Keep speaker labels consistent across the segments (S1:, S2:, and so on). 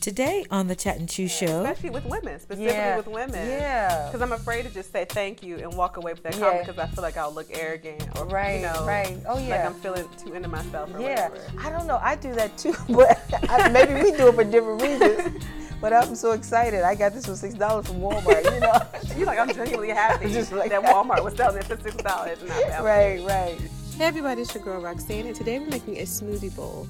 S1: today on the Chat and Chew Show.
S2: especially with women, specifically
S3: Yeah.
S2: with women.
S3: Yeah.
S2: Because I'm afraid to just say thank you and walk away with that
S3: Yeah.
S2: comment because I feel like I'll look arrogant or
S3: Right,
S2: you know,
S3: right. Oh,
S2: like
S3: yeah.
S2: I'm feeling too into myself or
S3: Yeah,
S2: whatever.
S3: I don't know. I do that too, but I, maybe we do it for different reasons. But I'm so excited. I got this for six dollars from Walmart. You know.
S2: You're like, I'm genuinely happy
S3: Just like
S2: that
S3: that.
S2: Walmart was selling it for six dollars.
S3: right, right.
S2: Hey everybody, it's your girl Roxanne, and today we're making a smoothie bowl.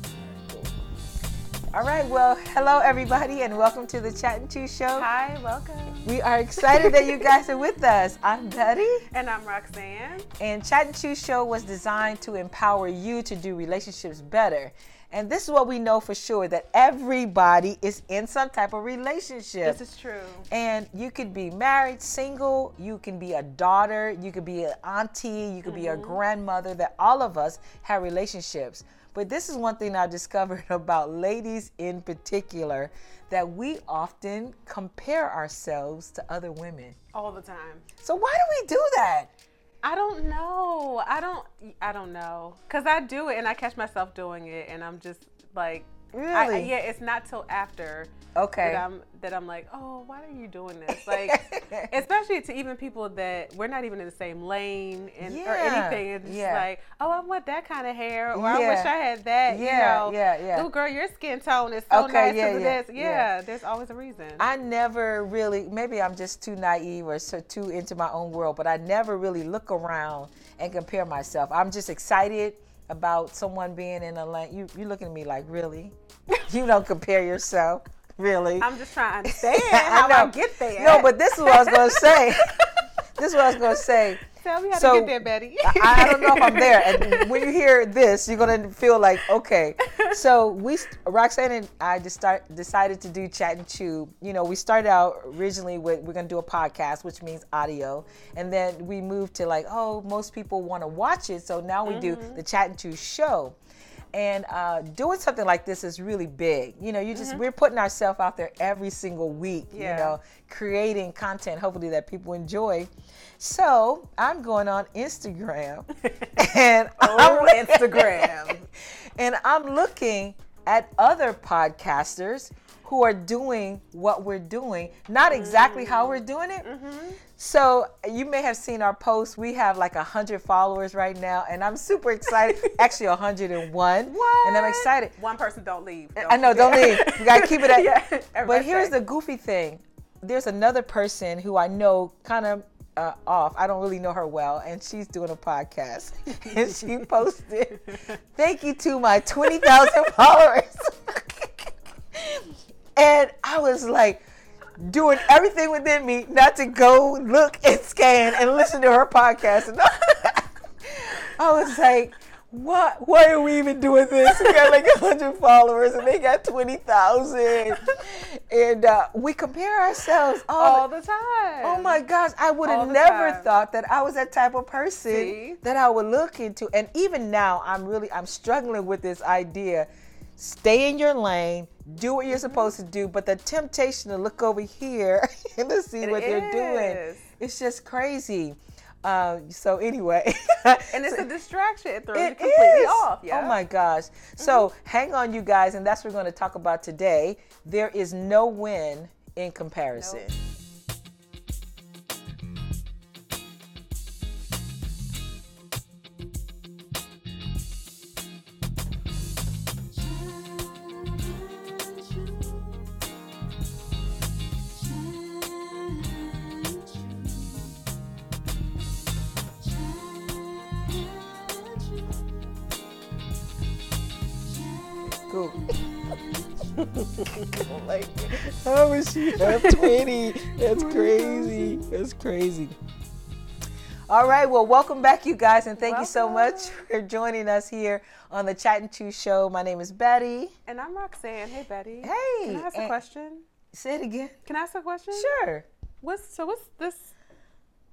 S3: All right. Well, hello everybody, and welcome to the Chat and Chew Show.
S2: Hi, welcome.
S3: We are excited that you guys are with us. I'm Betty,
S2: And I'm Roxanne.
S3: and Chat and Chew Show was designed to empower you to do relationships better. And this is what we know for sure that everybody is in some type of relationship.
S2: This is true.
S3: And you could be married, single, you can be a daughter, you could be an auntie, you could
S2: Mm-hmm.
S3: be a grandmother, that all of us have relationships. But this is one thing I discovered about ladies in particular that we often compare ourselves to other women.
S2: All the time.
S3: So why do we do that?
S2: I don't know. I don't. I don't know. Cause I do it, and I catch myself doing it, and I'm just like, I- I,
S3: Really?
S2: yeah. It's not till after
S3: Okay.
S2: that I'm that I'm like, oh, why are you doing this? Like, especially to even people that we're not even in the same lane and or
S3: Yeah,
S2: anything. It's just
S3: yeah.
S2: like, oh, I want that kind of hair, or I
S3: Yeah.
S2: wish I had that.
S3: Yeah,
S2: you know,
S3: yeah, yeah.
S2: Oh, girl, your skin tone is so
S3: Okay,
S2: nice.
S3: yeah,
S2: 'cause of
S3: yeah,
S2: this.
S3: yeah.
S2: Yeah, There's always a reason.
S3: I never really, maybe I'm just too naive or so too into my own world, but I never really look around and compare myself. I'm just excited about someone being in a lane. You, you looking at me like, really? You don't compare yourself, really?
S2: I'm just trying to understand how I
S3: know.
S2: get there.
S3: No, but this is what I was gonna say. this is what I was gonna say.
S2: Tell me how
S3: So,
S2: to get there, Betty.
S3: I, I don't know if I'm there. And when you hear this, you're gonna feel like okay. So we, Roxanne and I, just start, decided to do chat and chew. You know, we started out originally with we're gonna do a podcast, which means audio, and then we moved to like oh, most people want to watch it, so now we do the chat and chew show. And uh, doing something like this is really big. You know, you just we're putting ourselves out there every single week.
S2: Yeah.
S3: You know, creating content, hopefully that people enjoy. So I'm going on Instagram, and
S2: on
S3: I'm
S2: Oh, Instagram.
S3: and I'm looking at other podcasters who are doing what we're doing, not exactly how
S2: Mm-hmm.
S3: we're doing it. So you may have seen our post. We have like hundred followers right now, and I'm super excited. Actually, 101. And I'm
S2: What?
S3: excited.
S2: One person don't leave.
S3: I know, don't leave. You gotta keep it at.
S2: Yeah,
S3: But
S2: everybody
S3: here's
S2: stay.
S3: the goofy thing. There's another person who I know kind of uh, off. I don't really know her well, and she's doing a podcast, and she posted, "Thank you to my twenty thousand followers." and I was like. Doing everything within me not to go look and scan and listen to her podcast. And I was like, what? Why are we even doing this? We got like 100 followers and they got 20,000. And uh, we compare ourselves Oh, all,
S2: all the time.
S3: Oh my gosh, I would
S2: All
S3: have
S2: the
S3: never
S2: time.
S3: thought that I was that type of person
S2: See?
S3: that I would look into. And even now, I'm really, I'm struggling with this idea. Stay in your lane, do what
S2: Mm-hmm.
S3: you're supposed to do, but the temptation to look over here and to see what they're doing,
S2: is.
S3: it's just crazy. Um, so anyway,
S2: And it's a distraction. It throws you
S3: it
S2: completely
S3: is.
S2: off. Yeah. Mm-hmm.
S3: Oh my gosh. So hang on, you guys, and that's what we're going to talk about today. There is no win in comparison.
S2: Nope.
S3: Cool. How is she have 20? That's crazy. That's crazy. All right, well, welcome back, you guys, and thank you so much for joining us here on the Chat and Chew Show. My name is Betty.
S2: And I'm Roxanne. Hey, Betty.
S3: Hey,
S2: Can I ask
S3: and-
S2: a question?
S3: Say it again.
S2: Can I ask a question?
S3: Sure.
S2: What's so? What's this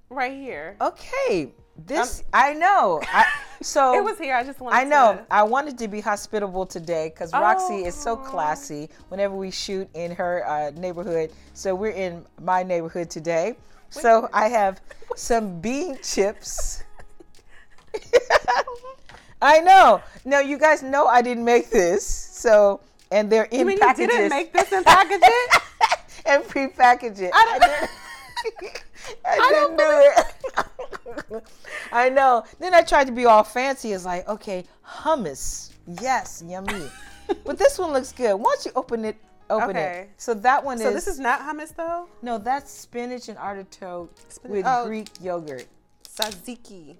S2: right here?
S3: Okay. This i know. I so
S2: it was here. I just wanted.
S3: Oh, I know.
S2: To,
S3: I wanted to be hospitable today because Roxy is so
S2: Oh.
S3: classy whenever we shoot in her uh, neighborhood. So we're in my neighborhood today. So I have some bean chips. I know. Now you guys know I didn't make this. So and they're
S2: I
S3: in
S2: mean, you
S3: packages
S2: didn't make this and package it.
S3: and prepackage it.
S2: I don't-
S3: didn't- I didn't do it. I know. Then I tried to be all fancy. It's like, okay, hummus. Yes, yummy. but this one looks good. Why don't you open it? Open
S2: Okay.
S3: it. So that one
S2: So
S3: is,
S2: this is not hummus though.
S3: no, that's spinach and artichoke
S2: Spinach-
S3: with
S2: oh.
S3: Greek yogurt.
S2: Tzatziki.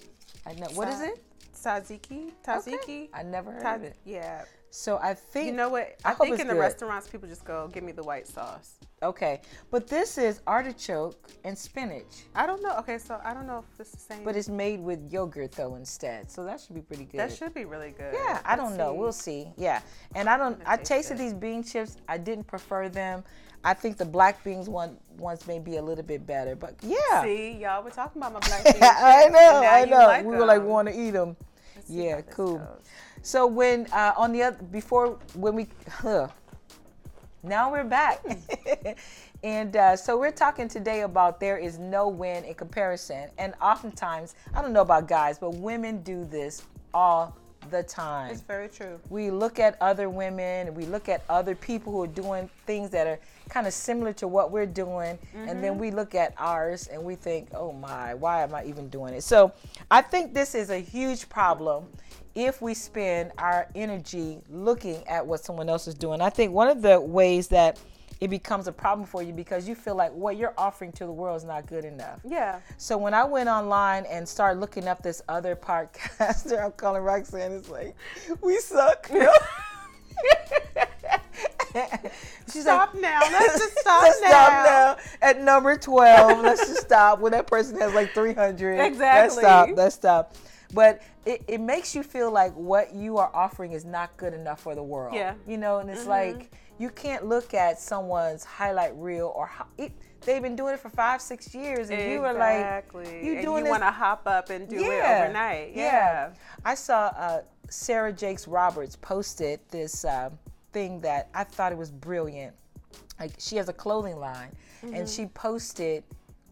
S3: I know. What is
S2: Sa-
S3: it?
S2: Tzatziki.
S3: Okay.
S2: Tzatziki.
S3: I never heard
S2: Ta-
S3: of it.
S2: yeah.
S3: So I think
S2: You know what?
S3: I
S2: I,
S3: hope
S2: think
S3: it's
S2: in the
S3: good.
S2: restaurants, people just go, "Give me the white sauce."
S3: Okay, but this is artichoke and spinach,
S2: I don't know. Okay, so I don't know if it's the same.
S3: but it's made with yogurt though instead. So that should be pretty good.
S2: that should be really good.
S3: Yeah, I don't know. We'll see. Yeah, and I don't. I
S2: taste
S3: tasted these bean chips. I didn't prefer them. I think the black beans one ones may be a little bit better. But yeah,
S2: See, y'all were talking about my black beans.
S3: I know.
S2: Now
S3: I
S2: you
S3: know.
S2: like
S3: we were like
S2: them.
S3: want to eat them.
S2: see
S3: yeah,
S2: how this
S3: cool.
S2: goes.
S3: So when uh, on the other before when we huh, now we're back,
S2: Hmm.
S3: and uh, so we're talking today about there is no win in comparison, and oftentimes I don't know about guys, but women do this all the time
S2: It's very true.
S3: we look at other women, we look at other people who are doing things that are kind of similar to what we're doing, and then we look at ours and we think, oh my, why am I even doing it? So I think this is a huge problem if we spend our energy looking at what someone else is doing. I think one of the ways that it becomes a problem for you because you feel like what you're offering to the world is not good enough.
S2: Yeah.
S3: So when I went online and started looking up this other podcaster, I'm calling Roxanne. It's like, we suck. She's
S2: Stop now. Let's just stop
S3: Let's
S2: now.
S3: stop now. At number 12, let's just stop. When that person has like 300, let's
S2: Exactly.
S3: stop. Let's stop. But it, it makes you feel like what you are offering is not good enough for the world.
S2: Yeah. Mm-hmm.
S3: You know, and it's like you can't look at someone's highlight reel or how, it, they've been doing it for five, six years, and you were like,
S2: exactly.
S3: you
S2: And
S3: doing
S2: you
S3: this-
S2: want to hop up and do it overnight. Yeah.
S3: I saw uh, Sarah Jakes Roberts posted this um thing that I thought it was brilliant. Like she has a clothing line,
S2: Mm-hmm.
S3: and she posted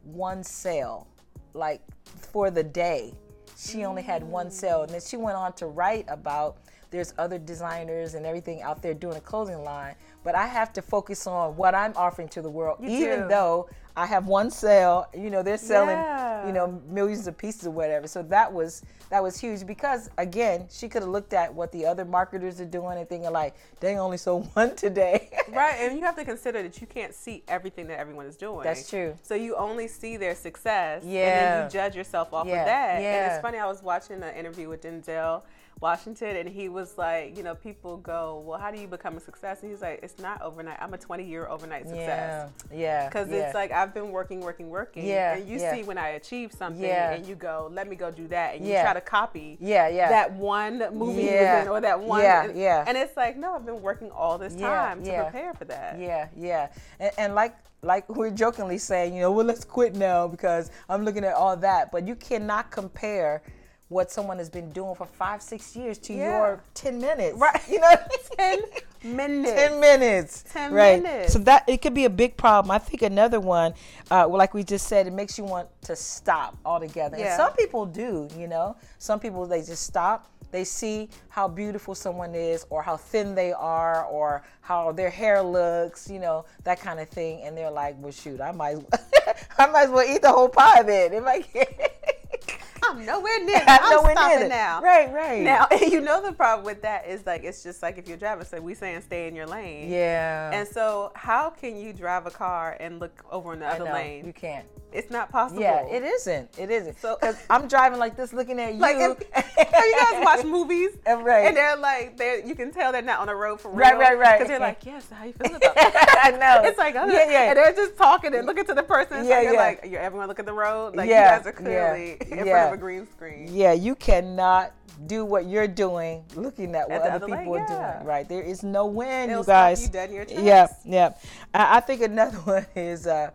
S3: one sale, like for the day. She only had one sale, and then she went on to write about there's other designers and everything out there doing a clothing line, but I have to focus on what I'm offering to the world, even
S2: do.
S3: though I have one sale. You know, they're selling,
S2: Yeah.
S3: you know, know, millions of pieces or whatever. So that was that was huge because again, she could have looked at what the other marketers are doing and thinking like, dang, only sold one today.
S2: Right, and you have to consider that you can't see everything that everyone is doing.
S3: That's true.
S2: So you only see their success,
S3: Yeah.
S2: and then you judge yourself off
S3: Yeah,
S2: of that. And
S3: yeah.
S2: it's funny. I was watching an interview with Denzel Washington, and he was like, you know, people go, "Well, how do you become a success?" And he's like, "It's not overnight. I'm a 20-year overnight
S3: yeah,
S2: success."
S3: yeah,
S2: Because
S3: yeah.
S2: it's like I've been working, working, working.
S3: Yeah,
S2: And you
S3: yeah.
S2: see when I achieve something
S3: Yeah.
S2: and you go, let me go do that. And
S3: Yeah.
S2: you try to copy
S3: Yeah, yeah.
S2: that one movie
S3: Yeah.
S2: you was in or that one.
S3: Yeah,
S2: and,
S3: yeah.
S2: And it's like, no, I've been working all this
S3: Yeah,
S2: time
S3: yeah.
S2: to prepare for that.
S3: yeah, yeah, and, and like. Like we're jokingly saying, you know, well, let's quit now because I'm looking at all that. But you cannot compare what someone has been doing for five, six years to
S2: Yeah.
S3: your ten minutes,
S2: Right.
S3: You know, what I'm saying?
S2: 10 minutes.
S3: 10 minutes
S2: 10
S3: right
S2: minutes.
S3: so that it could be a big problem i think another one uh, well, like we just said it makes you want to stop altogether and
S2: Yeah.
S3: some people do you know some people they just stop they see how beautiful someone is or how thin they are or how their hair looks you know that kind of thing and they're like well shoot i might i might as well eat the whole pie then if i can
S2: I'm nowhere near.
S3: I
S2: I'm
S3: know we're near
S2: stopping
S3: it.
S2: now.
S3: Right, right.
S2: Now, you know the problem with that is like, it's just like if you're driving, so we saying stay in your lane.
S3: yeah
S2: And so, how can you drive a car and look over in the
S3: I
S2: other
S3: know,
S2: lane?
S3: you can't
S2: It's not possible.
S3: Yeah, it isn't. It isn't.
S2: So-
S3: Because I'm driving like this, looking at you.
S2: Like, if, have you guys watch movies?
S3: And right.
S2: And they're like, they're you can tell they're not on the road for real.
S3: Right, right, right.
S2: Because they're like, yes, how you feel about that?
S3: I know.
S2: It's like, oh.
S3: yeah, yeah.
S2: And they're just talking and looking to the person. It's
S3: Yeah,
S2: like, they're
S3: yeah.
S2: like, you everyone look at the road. Like,
S3: Yeah,
S2: you guys
S3: yeah,
S2: are clearly in
S3: yeah.
S2: front of a green screen.
S3: yeah, you cannot do what you're doing looking at what
S2: the
S3: other
S2: other
S3: people
S2: lane,
S3: are
S2: yeah.
S3: doing. Right. There is no win,
S2: It'll
S3: you
S2: stop
S3: guys.
S2: you dead in your
S3: yeah,
S2: tracks.
S3: yeah. I, I think another one is uh,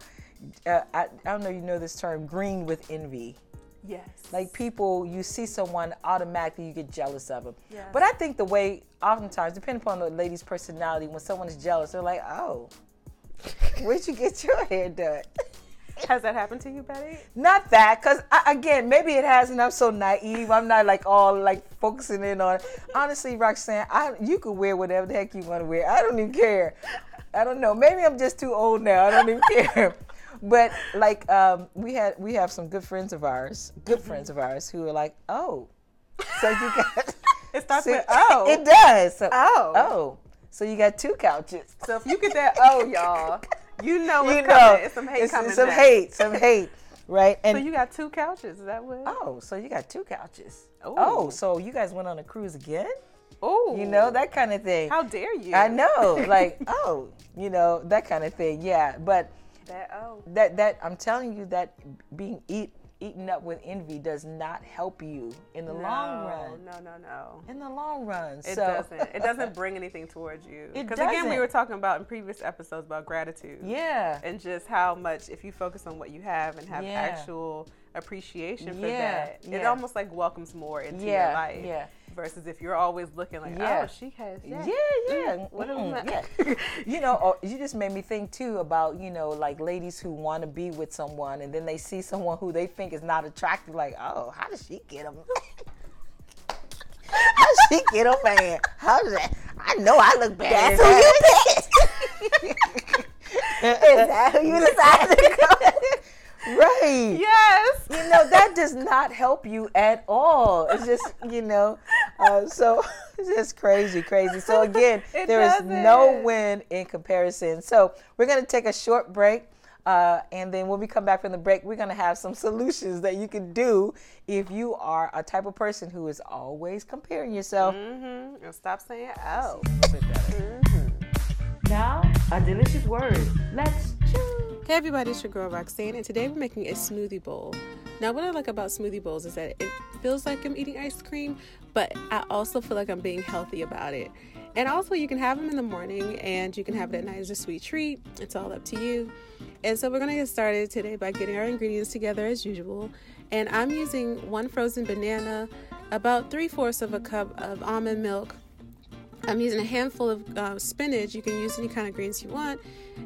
S3: uh I, I don't know if you know this term, green with envy.
S2: Yes.
S3: like people you see someone automatically you get jealous of them
S2: Yes.
S3: but i think the way oftentimes depending upon the lady's personality when someone is jealous they're like oh where'd you get your hair done
S4: Has that happened to you, Betty?
S3: Not that, because again, maybe it has, and I'm so naive. I'm not like all like focusing in on. Honestly, Roxanne, I you could wear whatever the heck you want to wear. I don't even care. I don't know. Maybe I'm just too old now. I don't even care. But like, um, we had we have some good friends of ours, good friends of ours, who are like, oh, so you got.
S4: It starts
S3: so-
S4: with oh.
S3: It does. So,
S4: Oh.
S3: Oh. So you got two couches.
S4: so if you get that oh, y'all, you know what's
S3: you know,
S4: coming. It's some hate
S3: it's,
S4: coming.
S3: it's some
S4: next.
S3: hate, some hate, right? And
S4: So you got two couches. Is that what?
S3: Oh, so you got two couches.
S4: Ooh.
S3: Oh, so you guys went on a cruise again?
S4: Oh,
S3: You know, that kind of thing.
S4: How dare you?
S3: I know, like, oh, you know, that kind of thing. Yeah, but
S4: that oh.
S3: that that I'm telling you that being eat, eaten up with envy does not help you in the long
S4: No,
S3: run.
S4: No, no, no.
S3: In the long run. so
S4: It doesn't. It doesn't bring anything towards you.
S3: It
S4: Because again, we
S3: doesn't.
S4: were talking about in previous episodes about gratitude.
S3: Yeah.
S4: And just how much, if you focus on what you have and have
S3: Yeah.
S4: actual appreciation for
S3: Yeah,
S4: that, it
S3: yeah.
S4: almost like welcomes more into
S3: Yeah,
S4: your life.
S3: yeah.
S4: Versus if you're always looking like,
S3: Yeah.
S4: oh, she has
S3: Yeah,
S4: that.
S3: yeah.
S4: Mm, what am
S3: mm,
S4: I-
S3: yeah. you know, or you just made me think too about, you know, like ladies who want to be with someone and then they see someone who they think is not attractive, like, oh, how did she get him? how did she get a man? How does that? I know I look bad.
S5: That's who you picked.
S3: That's
S5: Is that who you decided to go with?
S3: right.
S4: Yes.
S3: you know that does not help you at all it's just you know uh, so it's just crazy crazy so again
S4: It
S3: there is no
S4: doesn't.
S3: win in comparison so we're going to take a short break uh, and then when we come back from the break, we're going to have some solutions that you can do if you are a type of person who is always comparing yourself.
S4: Mm-hmm. And stop saying oh.
S5: Now, a delicious word. Let's chew.
S4: Hey everybody, it's your girl Roxanne, and today we're making a smoothie bowl. Now, what I like about smoothie bowls is that it feels like I'm eating ice cream, but I also feel like I'm being healthy about it. And also, you can have them in the morning and you can have it at night as a sweet treat. It's all up to you. And so, we're gonna get started today by getting our ingredients together as usual. And I'm using one frozen banana, about three fourths of a cup of almond milk, I'm using a handful of uh, spinach. You can use any kind of greens you want.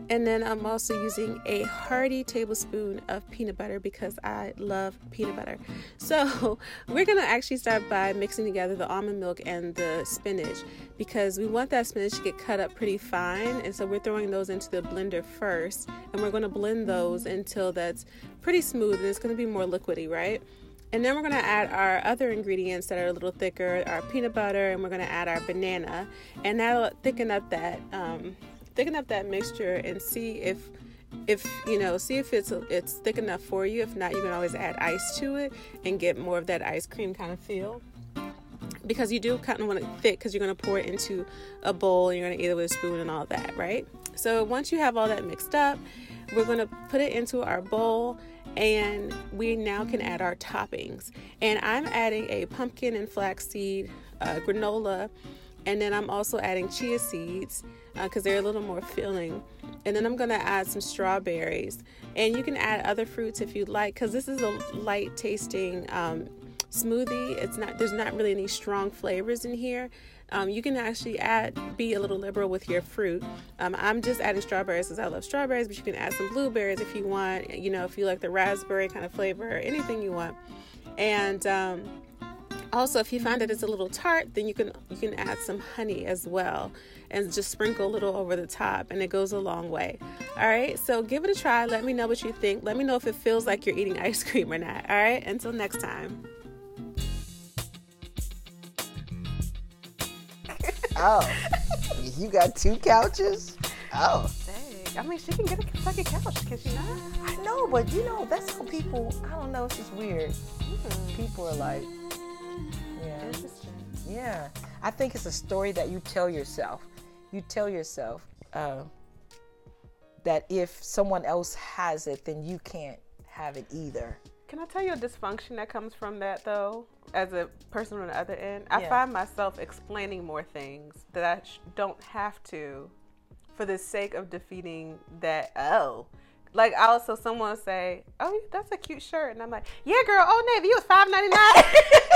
S4: And then I'm also using a hearty tablespoon of peanut butter because I love peanut butter. So we're going to actually start by mixing together the almond milk and the spinach because we want that spinach to get cut up pretty fine. And so we're throwing those into the blender first. And we're going to blend those until that's pretty smooth and it's going to be more liquidy, right? And then we're gonna add our other ingredients that are a little thicker, our peanut butter, and we're gonna add our banana, and that'll thicken up that um, thicken up that mixture and see if if you know see if it's it's thick enough for you. If not, you can always add ice to it and get more of that ice cream kind of feel because you do kind of want it thick because you're going to pour it into a bowl and you're going to eat it with a spoon and all that, right? So once you have all that mixed up, we're going to put it into our bowl and we now can add our toppings. And I'm adding a pumpkin and flaxseed uh, granola and then I'm also adding chia seeds because they're a little more filling. And then I'm gonna add some strawberries, and you can add other fruits if you'd like because this is a light tasting um, smoothie. It's not there's not really any strong flavors in here. Um, you can actually add be a little liberal with your fruit. Um, I'm just adding strawberries because I love strawberries, but you can add some blueberries if you want. You know if you like the raspberry kind of flavor, or anything you want, and. Um, also if you find that it's a little tart then you can you can add some honey as well and just sprinkle a little over the top and it goes a long way all right so give it a try let me know what you think let me know if it feels like you're eating ice cream or not all right until next time
S3: Oh, you got two couches? Oh.
S4: i mean she can get a kentucky couch can she not
S3: I know, but you know, that's how people, I don't know, it's just weird.
S4: Mm-hmm.
S3: People are like, yeah, yeah. I think it's a story that you tell yourself. You tell yourself uh, that if someone else has it, then you can't have it either.
S4: Can I tell you a dysfunction that comes from that though? As a person on the other end, I
S3: Yeah.
S4: find myself explaining more things that I sh- don't have to for the sake of defeating that oh. Like I also someone will say, "Oh, that's a cute shirt," and I'm like, "Yeah, girl, oh Navy, you was five ninety nine.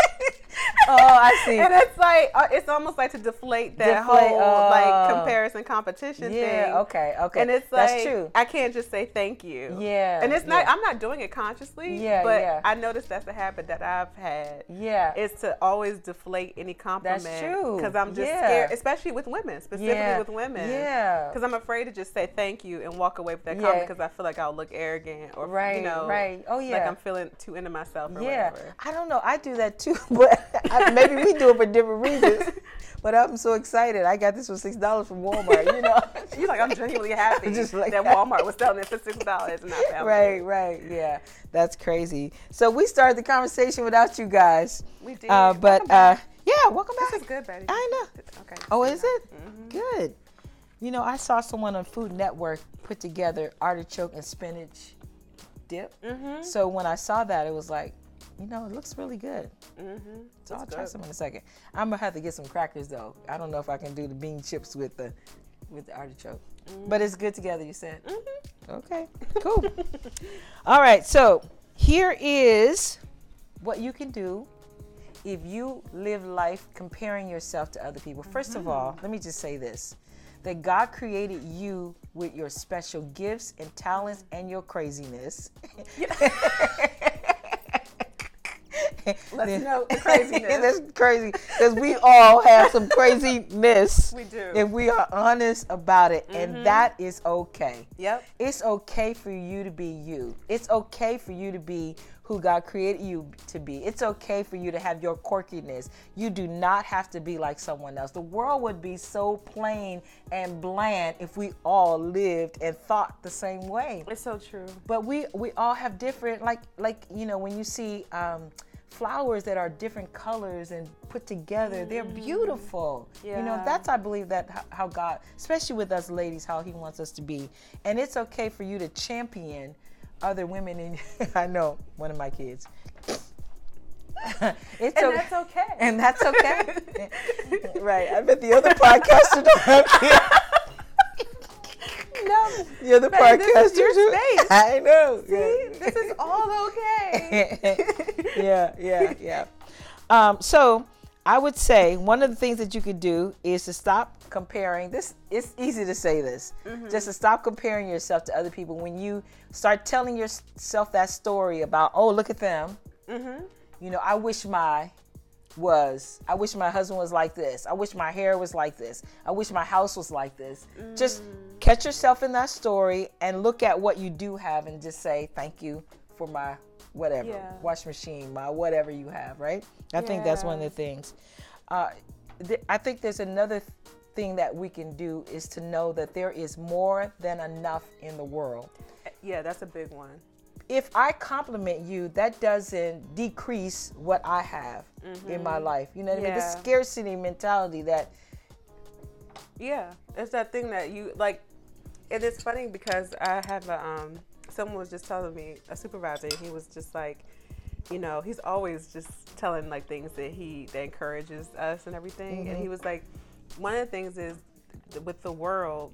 S3: Oh, I see.
S2: and it's like uh, it's almost like to deflate that
S3: Deflate,
S2: whole
S3: oh.
S2: like comparison competition thing.
S3: Yeah. Okay. Okay.
S2: And it's like
S3: that's true.
S2: I can't just say thank you.
S3: Yeah,
S2: And it's not
S3: yeah.
S2: I'm not doing it consciously.
S3: Yeah,
S2: But
S3: yeah.
S2: I noticed that's a habit that I've had.
S3: Yeah.
S2: Is to always deflate any compliment.
S3: true.
S2: Because I'm just
S3: Yeah.
S2: scared, especially with women, specifically
S3: Yeah.
S2: with women.
S3: Yeah.
S2: Because I'm afraid to just say thank you and walk away with that
S3: Yeah.
S2: comment because I feel like I'll look arrogant or
S3: Right,
S2: you know
S3: right. Oh,
S2: like
S3: yeah.
S2: I'm feeling too into myself or
S3: yeah.
S2: whatever.
S3: I don't know. I do that too, but I, maybe we do it for different reasons. But I'm so excited. I got this for six dollars from Walmart. You know.
S2: You're like, I'm genuinely happy
S3: Just like
S2: that
S3: that.
S2: Walmart was selling it for six dollars and I found
S3: Right,
S2: it.
S3: right, yeah, that's crazy. So we started the conversation without you guys.
S2: We did.
S3: uh,
S2: Welcome
S3: but uh,
S2: back.
S3: yeah, welcome back.
S2: This is good, Betty.
S3: I know.
S2: Okay.
S3: Oh, is it? Good. You know, I saw someone on Food Network put together artichoke and spinach dip. So when I saw that, it was like, you know, it looks really good. So I'll try some in a second. I'm gonna have to get some crackers though. I don't know if I can do the bean chips with the with the artichoke, but it's good together. You said. Okay. Cool. All right. So here is what you can do if you live life comparing yourself to other people. 1st of
S2: Mm-hmm.
S3: all, let me just say this that God created you with your special gifts and talents and your craziness.
S2: Let's note the craziness.
S3: That's crazy because we all have some craziness.
S2: We do. Mm-hmm.
S3: If we are honest about it, and that is okay.
S2: Yep.
S3: It's okay for you to be you. It's okay for you to be who God created you to be. It's okay for you to have your quirkiness. You do not have to be like someone else. The world would be so plain and bland if we all lived and thought the same way
S2: It's so true.
S3: but we we all have different like like you know when you see um flowers that are different colors and put together they're beautiful you know
S2: Mm. Yeah.
S3: that's i believe that h- how god especially with us ladies how he wants us to be and it's okay for you to champion other women in i know one of my kids it's
S2: And
S3: o-
S2: that's okay.
S3: and that's okay right i bet the other podcaster don't have kids
S2: No,
S3: the other
S2: Babe,
S3: podcaster
S2: this is your
S3: do.
S2: space.
S3: i know yeah.
S2: this is all okay.
S3: yeah, yeah, yeah. Um, so I would say one of the things that you could do is to stop comparing. This it's easy to say this,
S2: Mm-hmm.
S3: just to stop comparing yourself to other people. When you start telling yourself that story about, oh, look at them, you know, I wish my was i wish my husband was like this i wish my hair was like this i wish my house was like this just catch yourself in that story and look at what you do have and just say thank you for my whatever
S2: Yeah.
S3: wash machine my whatever you have right i think that's one of the things uh, th- i think there's another th- thing that we can do is to know that there is more than enough in the world
S2: Yeah, that's a big one.
S3: if I compliment you, that doesn't decrease what I have in my life. You know what I mean? This
S2: Mm-hmm. Yeah.
S3: scarcity mentality that
S2: Yeah, it's that thing that you like. And it's funny because I have a um, someone was just telling me a supervisor. He was just like, you know, he's always just telling like things that he that encourages us and everything. And
S3: Mm-hmm.
S2: he was like, one of the things is th- with the world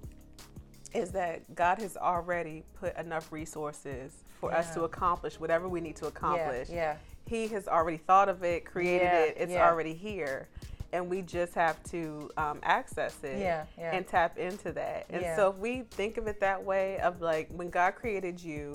S2: is that God has already put enough resources for us to accomplish whatever we need to accomplish.
S3: yeah.
S2: He has already thought of it, created
S3: Yeah,
S2: it. It's
S3: yeah.
S2: already here. And we just have to um, access it
S3: Yeah, yeah.
S2: and tap into that. And
S3: Yeah.
S2: so if we think of it that way of like when God created you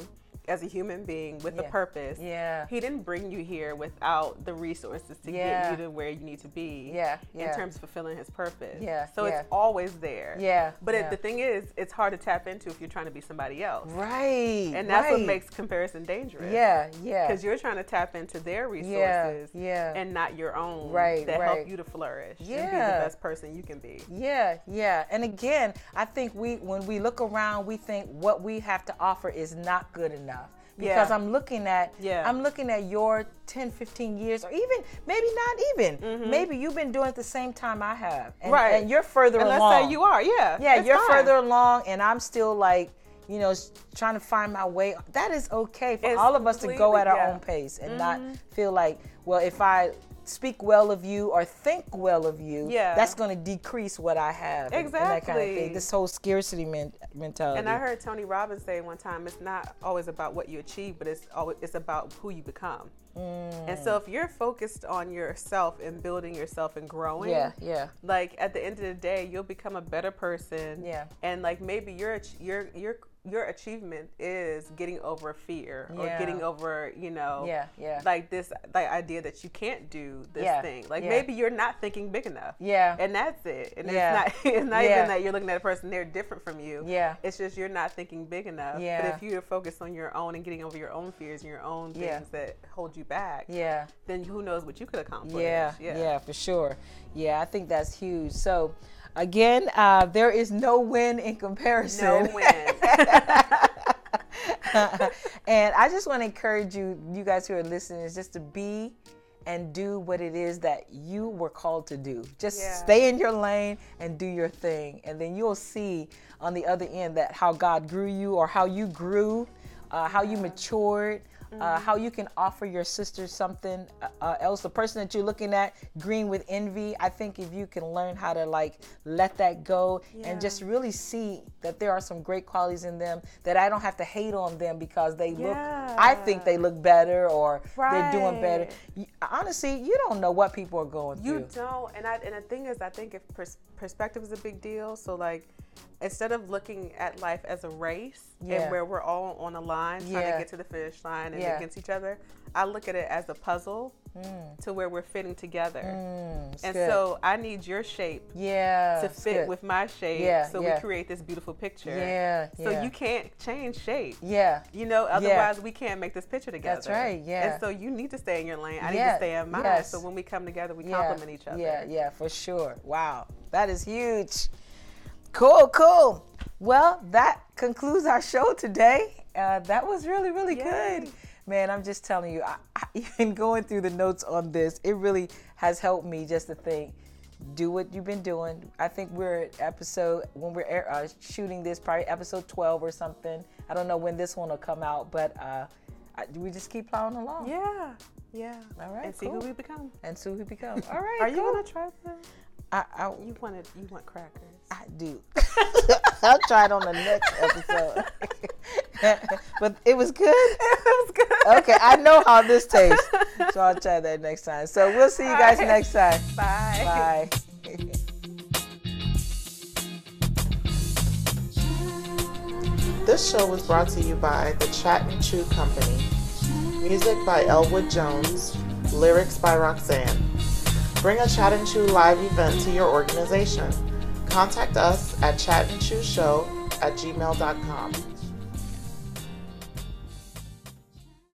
S2: as a human being with a
S3: Yeah.
S2: purpose,
S3: Yeah.
S2: He didn't bring you here without the resources to
S3: Yeah.
S2: get you to where you need to be.
S3: Yeah, yeah.
S2: In terms of fulfilling his purpose.
S3: Yeah,
S2: So
S3: yeah.
S2: it's always there.
S3: Yeah,
S2: But it-
S3: yeah.
S2: the thing is, it's hard to tap into if you're trying to be somebody else.
S3: right,
S2: And that's what
S3: right.
S2: makes comparison dangerous.
S3: yeah, yeah,
S2: Because you're trying to tap into their resources
S3: yeah.
S2: and not your own
S3: Right,
S2: that
S3: right.
S2: help you to flourish and be the
S3: Yeah.
S2: best person you can be.
S3: yeah, yeah. And again, I think we when we look around, we think what we have to offer is not good enough. Because
S2: Yeah.
S3: I'm looking at
S2: Yeah.
S3: I'm looking at your 10, 15 years or even maybe not even. Maybe you've been doing it the same time I have. And,
S2: Mm-hmm. Right.
S3: and you're further
S2: And let's
S3: along.
S2: say you are, yeah.
S3: Yeah,
S2: it's
S3: you're
S2: fine.
S3: further along, and I'm still like, you know, s- trying to find my way. That is okay for
S2: It's
S3: all of us to go
S2: completely-
S3: at our
S2: yeah. Mm-hmm.
S3: own pace and not feel like, well, if I speak well of you or think well of you,
S2: Yeah.
S3: that's going to decrease what I have. and- and that kind of
S2: Exactly.
S3: thing. This whole scarcity men- mentality.
S2: And I heard Tony Robbins say one time, it's not always about what you achieve, but it's always it's about who you become.
S3: Mm.
S2: And so if you're focused on yourself and building yourself and growing,
S3: yeah, yeah.
S2: like at the end of the day, you'll become a better person.
S3: Yeah.
S2: And like maybe your ach- your your your achievement is getting over fear or
S3: Yeah.
S2: getting over you know
S3: Yeah, yeah.
S2: like this like idea that you can't do this
S3: Yeah,
S2: thing like
S3: yeah.
S2: maybe you're not thinking big enough
S3: Yeah.
S2: and that's it and
S3: Yeah.
S2: it's not it's not
S3: Yeah.
S2: even that you're looking at a person they're different from you
S3: Yeah.
S2: it's just you're not thinking big enough.
S3: Yeah.
S2: But if you're focused on your own and getting over your own fears and your own things
S3: Yeah.
S2: that hold you back,
S3: Yeah.
S2: then who knows what you could accomplish.
S3: Yeah, yeah, for sure. Yeah, I think that's huge. So, again, uh, there is no win in comparison.
S2: No win.
S3: and I just want to encourage you, you guys who are listening, is just to be and do what it is that you were called to do. Just
S2: Yeah.
S3: stay in your lane and do your thing, and then you'll see on the other end that how God grew you, or how you grew, uh, how you matured. Uh,
S2: Mm-hmm.
S3: how you can offer your sister something uh, uh, else the person that you're looking at green with envy i think if you can learn how to like let that go and just really see that there are some great qualities in them that i don't have to hate on them because they look i think they look better or they're doing better
S2: Right.
S3: You- honestly you don't know what people are going
S2: you
S3: through
S2: don't. And I and the thing is, I think if pers- perspective is a big deal, so like instead of looking at life as a race
S3: Yeah.
S2: and where we're all on a line trying
S3: Yeah.
S2: to get to the finish line and
S3: Yeah.
S2: against each other, I look at it as a puzzle to where we're fitting together. and
S3: Mm. good.
S2: so I need your shape
S3: yeah
S2: to
S3: it's
S2: fit
S3: good.
S2: with my shape
S3: Yeah,
S2: so
S3: yeah.
S2: we create this beautiful picture.
S3: Yeah,
S2: So
S3: yeah.
S2: you can't change shape.
S3: yeah
S2: You know, otherwise we can't make this picture together.
S3: right, yeah.
S2: And so you need to stay in your lane. I need
S3: Yeah,
S2: to stay in mine.
S3: yes.
S2: So when we come together, we
S3: yeah,
S2: complement each other.
S3: yeah yeah for sure wow that is huge cool cool well that concludes our show today uh, that was really really good
S2: Yay.
S3: man i'm just telling you I, I, even going through the notes on this it really has helped me just to think do what you've been doing i think we're at episode when we're air- uh, shooting this probably episode 12 or something i don't know when this one will come out but uh, I, we just keep plowing along
S2: Yeah. Yeah.
S3: All right,
S2: And see
S3: cool.
S2: who we become.
S3: and see who we become all right
S2: Are you
S3: cool.
S2: gonna try them?
S3: I, I,
S2: You wanted you want crackers.
S3: I do. I'll try it on the next episode. but it was good.
S2: it was good.
S3: Okay, I know how this tastes. So I'll try that next time. So we'll see you guys
S2: All right.
S3: next time.
S2: Bye.
S3: Bye.
S6: This show was brought to you by the Chat and Chew Company. Music by Elwood Jones. Lyrics by Roxanne. Bring a Chat and Chew live event to your organization. Contact us at chatandchewshow at gmail.com.